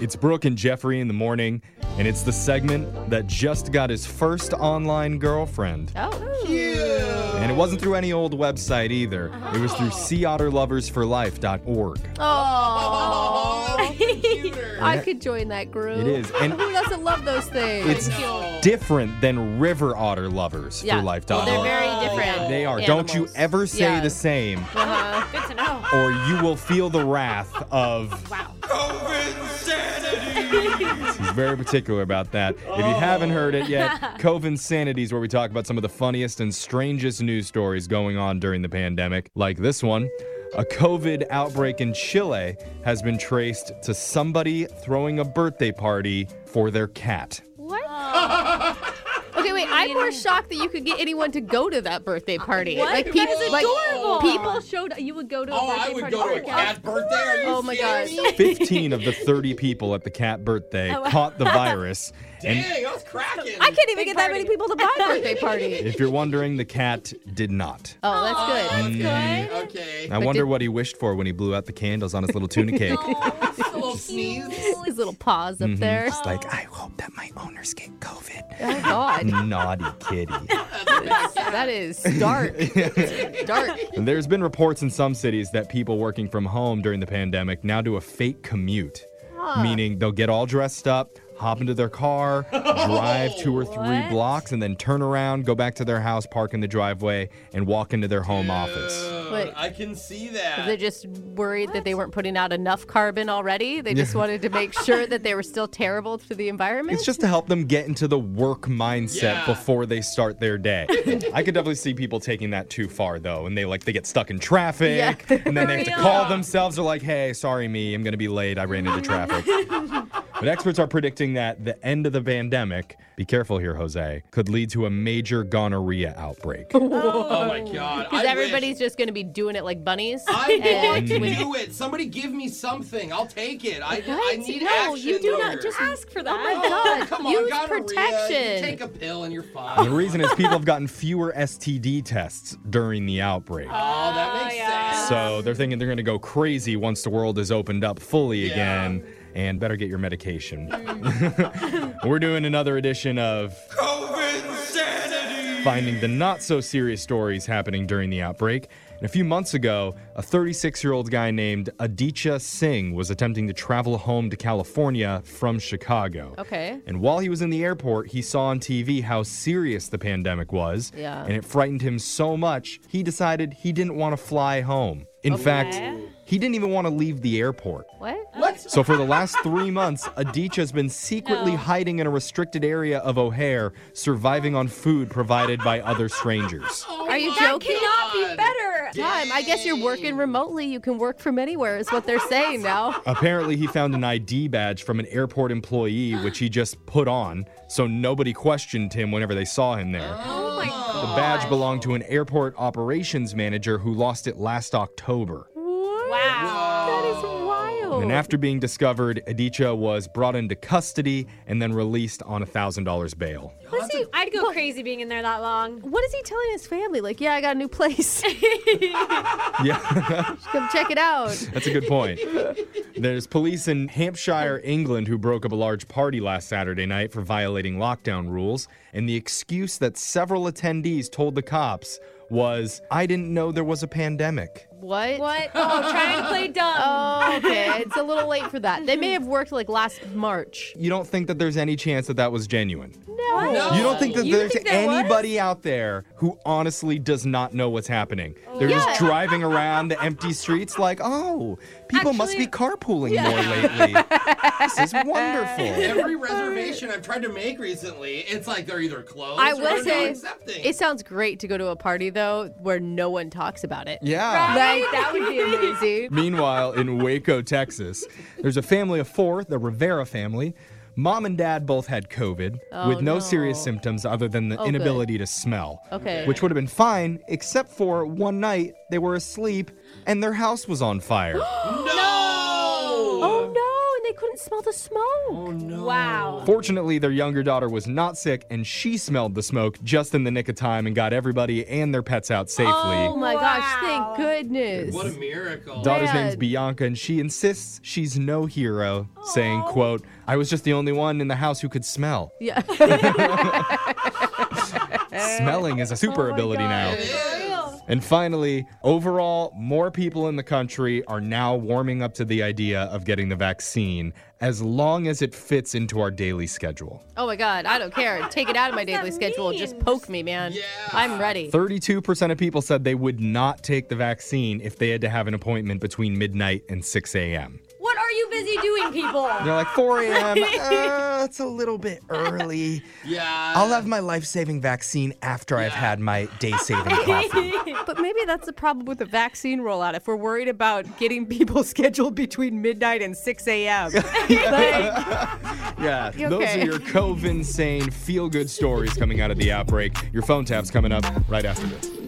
It's Brooke and Jeffrey in the morning, and it's the segment that just got his first online girlfriend. Oh, And it wasn't through any old website either. It was Uh-huh. through seaotterloversforlife.org. oh. I Yeah. could join that group. It is, and- who doesn't love those things? It's different than river otter lovers yeah. for life. Well, they're very different. They are. Don't you animals. ever say Yeah. the same, Uh-huh. Good to know. or you will feel the wrath of. Wow. He's very particular about that. If you haven't heard it yet, Cove Insanities, where we talk about some of the funniest and strangest news stories going on during the pandemic, like this one. A COVID outbreak in Chile has been traced to somebody throwing a birthday party for their cat. What? Okay, wait. I'm more shocked that you could get anyone to go to that birthday party. What? Like That people, is like adorable. people showed. You would go to a Oh, birthday I would party. go to for a your cat? cat's birthday. Are you Oh my god. serious? 15 of the 30 people at the cat birthday caught the virus. And Dang, I was cracking. I can't even Big get that party. many people to buy birthday party. if you're wondering, the cat did not. Oh, that's good. Mm, Okay. Okay. I wonder what he wished for when he blew out the candles on his little tuna cake. a little sneeze. His little paws up there. Just Mm-hmm. like, I hope that my owners get COVID. Oh god. Naughty kitty. that is dark. dark. And there's been reports in some cities that people working from home during the pandemic now do a fake commute, meaning they'll get all dressed up, hop into their car, drive two or three What? blocks, and then turn around, go back to their house, park in the driveway, and walk into their home office. Dude, Wait. Uh, I can see that. They're just worried that they weren't putting out enough carbon already. They just wanted to make sure that they were still terrible to the environment. It's just to help them get into the work mindset Yeah. before they start their day. I could definitely see people taking that too far though, and they like they get stuck in traffic, Yeah. and then they have to call themselves. They're like, "Hey, sorry me, I'm gonna be late. I ran into traffic." but experts are predicting that the end of the pandemic, be careful here, Jose, could lead to a major gonorrhea outbreak. oh my god. Because I everybody's Wish. just going to be doing it like bunnies. I and want to with- do it. Oh, Somebody give me something. I'll take it. I, I What? need No, action you do not here. just- Ask for that. my Oh, God, come on, use gonorrhea. You protection. take a pill and you're And fine. the reason is people have gotten fewer STD tests during the outbreak. Oh, that makes sense. So they're thinking they're going to go crazy once the world is opened up fully Yeah. again. And better get your medication. We're doing another edition of finding the not so serious stories happening during the outbreak. And a few months ago, a 36 year old guy named Aditya Singh was attempting to travel home to California from Chicago. Okay. And while he was in the airport, he saw on TV how serious the pandemic was. Yeah. And it frightened him so much, he decided he didn't want to fly home. In fact, he didn't even want to leave the airport. What? What? So for the last three months, Aditya's been secretly hiding in a restricted area of O'Hare, surviving on food provided by other strangers. Are you That joking? cannot be better. Time. I guess you're working remotely. You can work from anywhere, is what they're saying now. Apparently, he found an ID badge from an airport employee, which he just put on, so nobody questioned him whenever they saw him there. Oh my The god. badge belonged to an airport operations manager who lost it last October. Wow. That is Oh. wild. And after being discovered, Aditya was brought into custody and then released on a $1,000 bail. Was he- I'd go crazy being in there that long. what is he telling his family? Like, yeah, I got a new place. Yeah, Come check it out. that's a good point. There's police in Hampshire, England, who broke up a large party last Saturday night for violating lockdown rules. And the excuse that several attendees told the cops was, I didn't know there was a pandemic. What? What? Oh, trying to play dumb. Oh, okay. It's a little late for that. They may have worked like last March. You don't think that there's any chance that that was genuine? No. No. You don't think that You there's think there was? anybody out there who honestly does not know what's happening? They're just Yeah. driving around the empty streets like, oh, people must be Actually- carpooling more lately. this is wonderful. Every reservation I've tried to make recently, it's like they're either closed I or will they're not say, accepting. It sounds great to go to a party though where no one talks about it. Yeah. Like that would be amazing. Meanwhile, in Waco, Texas, there's a family of four, the Rivera family. Mom and dad both had COVID with no, no. serious symptoms other than the Oh, good. inability to smell. Okay. Which would have been fine, except for one night they were asleep and their house was on fire. no! Oh no, and they couldn't smell the smoke. Oh, no. Wow. Fortunately, their younger daughter was not sick, and she smelled the smoke just in the nick of time and got everybody and their pets out safely. Oh my gosh, Wow. thank goodness. What a miracle. Daughter's Man. name's Bianca, and she insists she's no hero, saying, "quote I was just the only one in the house who could smell. yeah. Smelling is a Oh super ability now." It is. And finally, overall, more people in the country are now warming up to the idea of getting the vaccine as long as it fits into our daily schedule. oh my god, I don't care. Take it out of my does daily that schedule. mean? Just poke me, man. Yeah. I'm ready. 32% of people said they would not take the vaccine if they had to have an appointment between midnight and 6 a.m. What are you busy doing, people? They're like, 4 a.m., uh, it's a little bit early. Yeah. I'll have my life saving vaccine after I've had my day saving coffee. But maybe that's the problem with the vaccine rollout. If we're worried about getting people scheduled between midnight and 6 a.m., like, Yeah, those okay? are your COVID insane feel good stories coming out of the outbreak. Your phone tap's coming up right after this.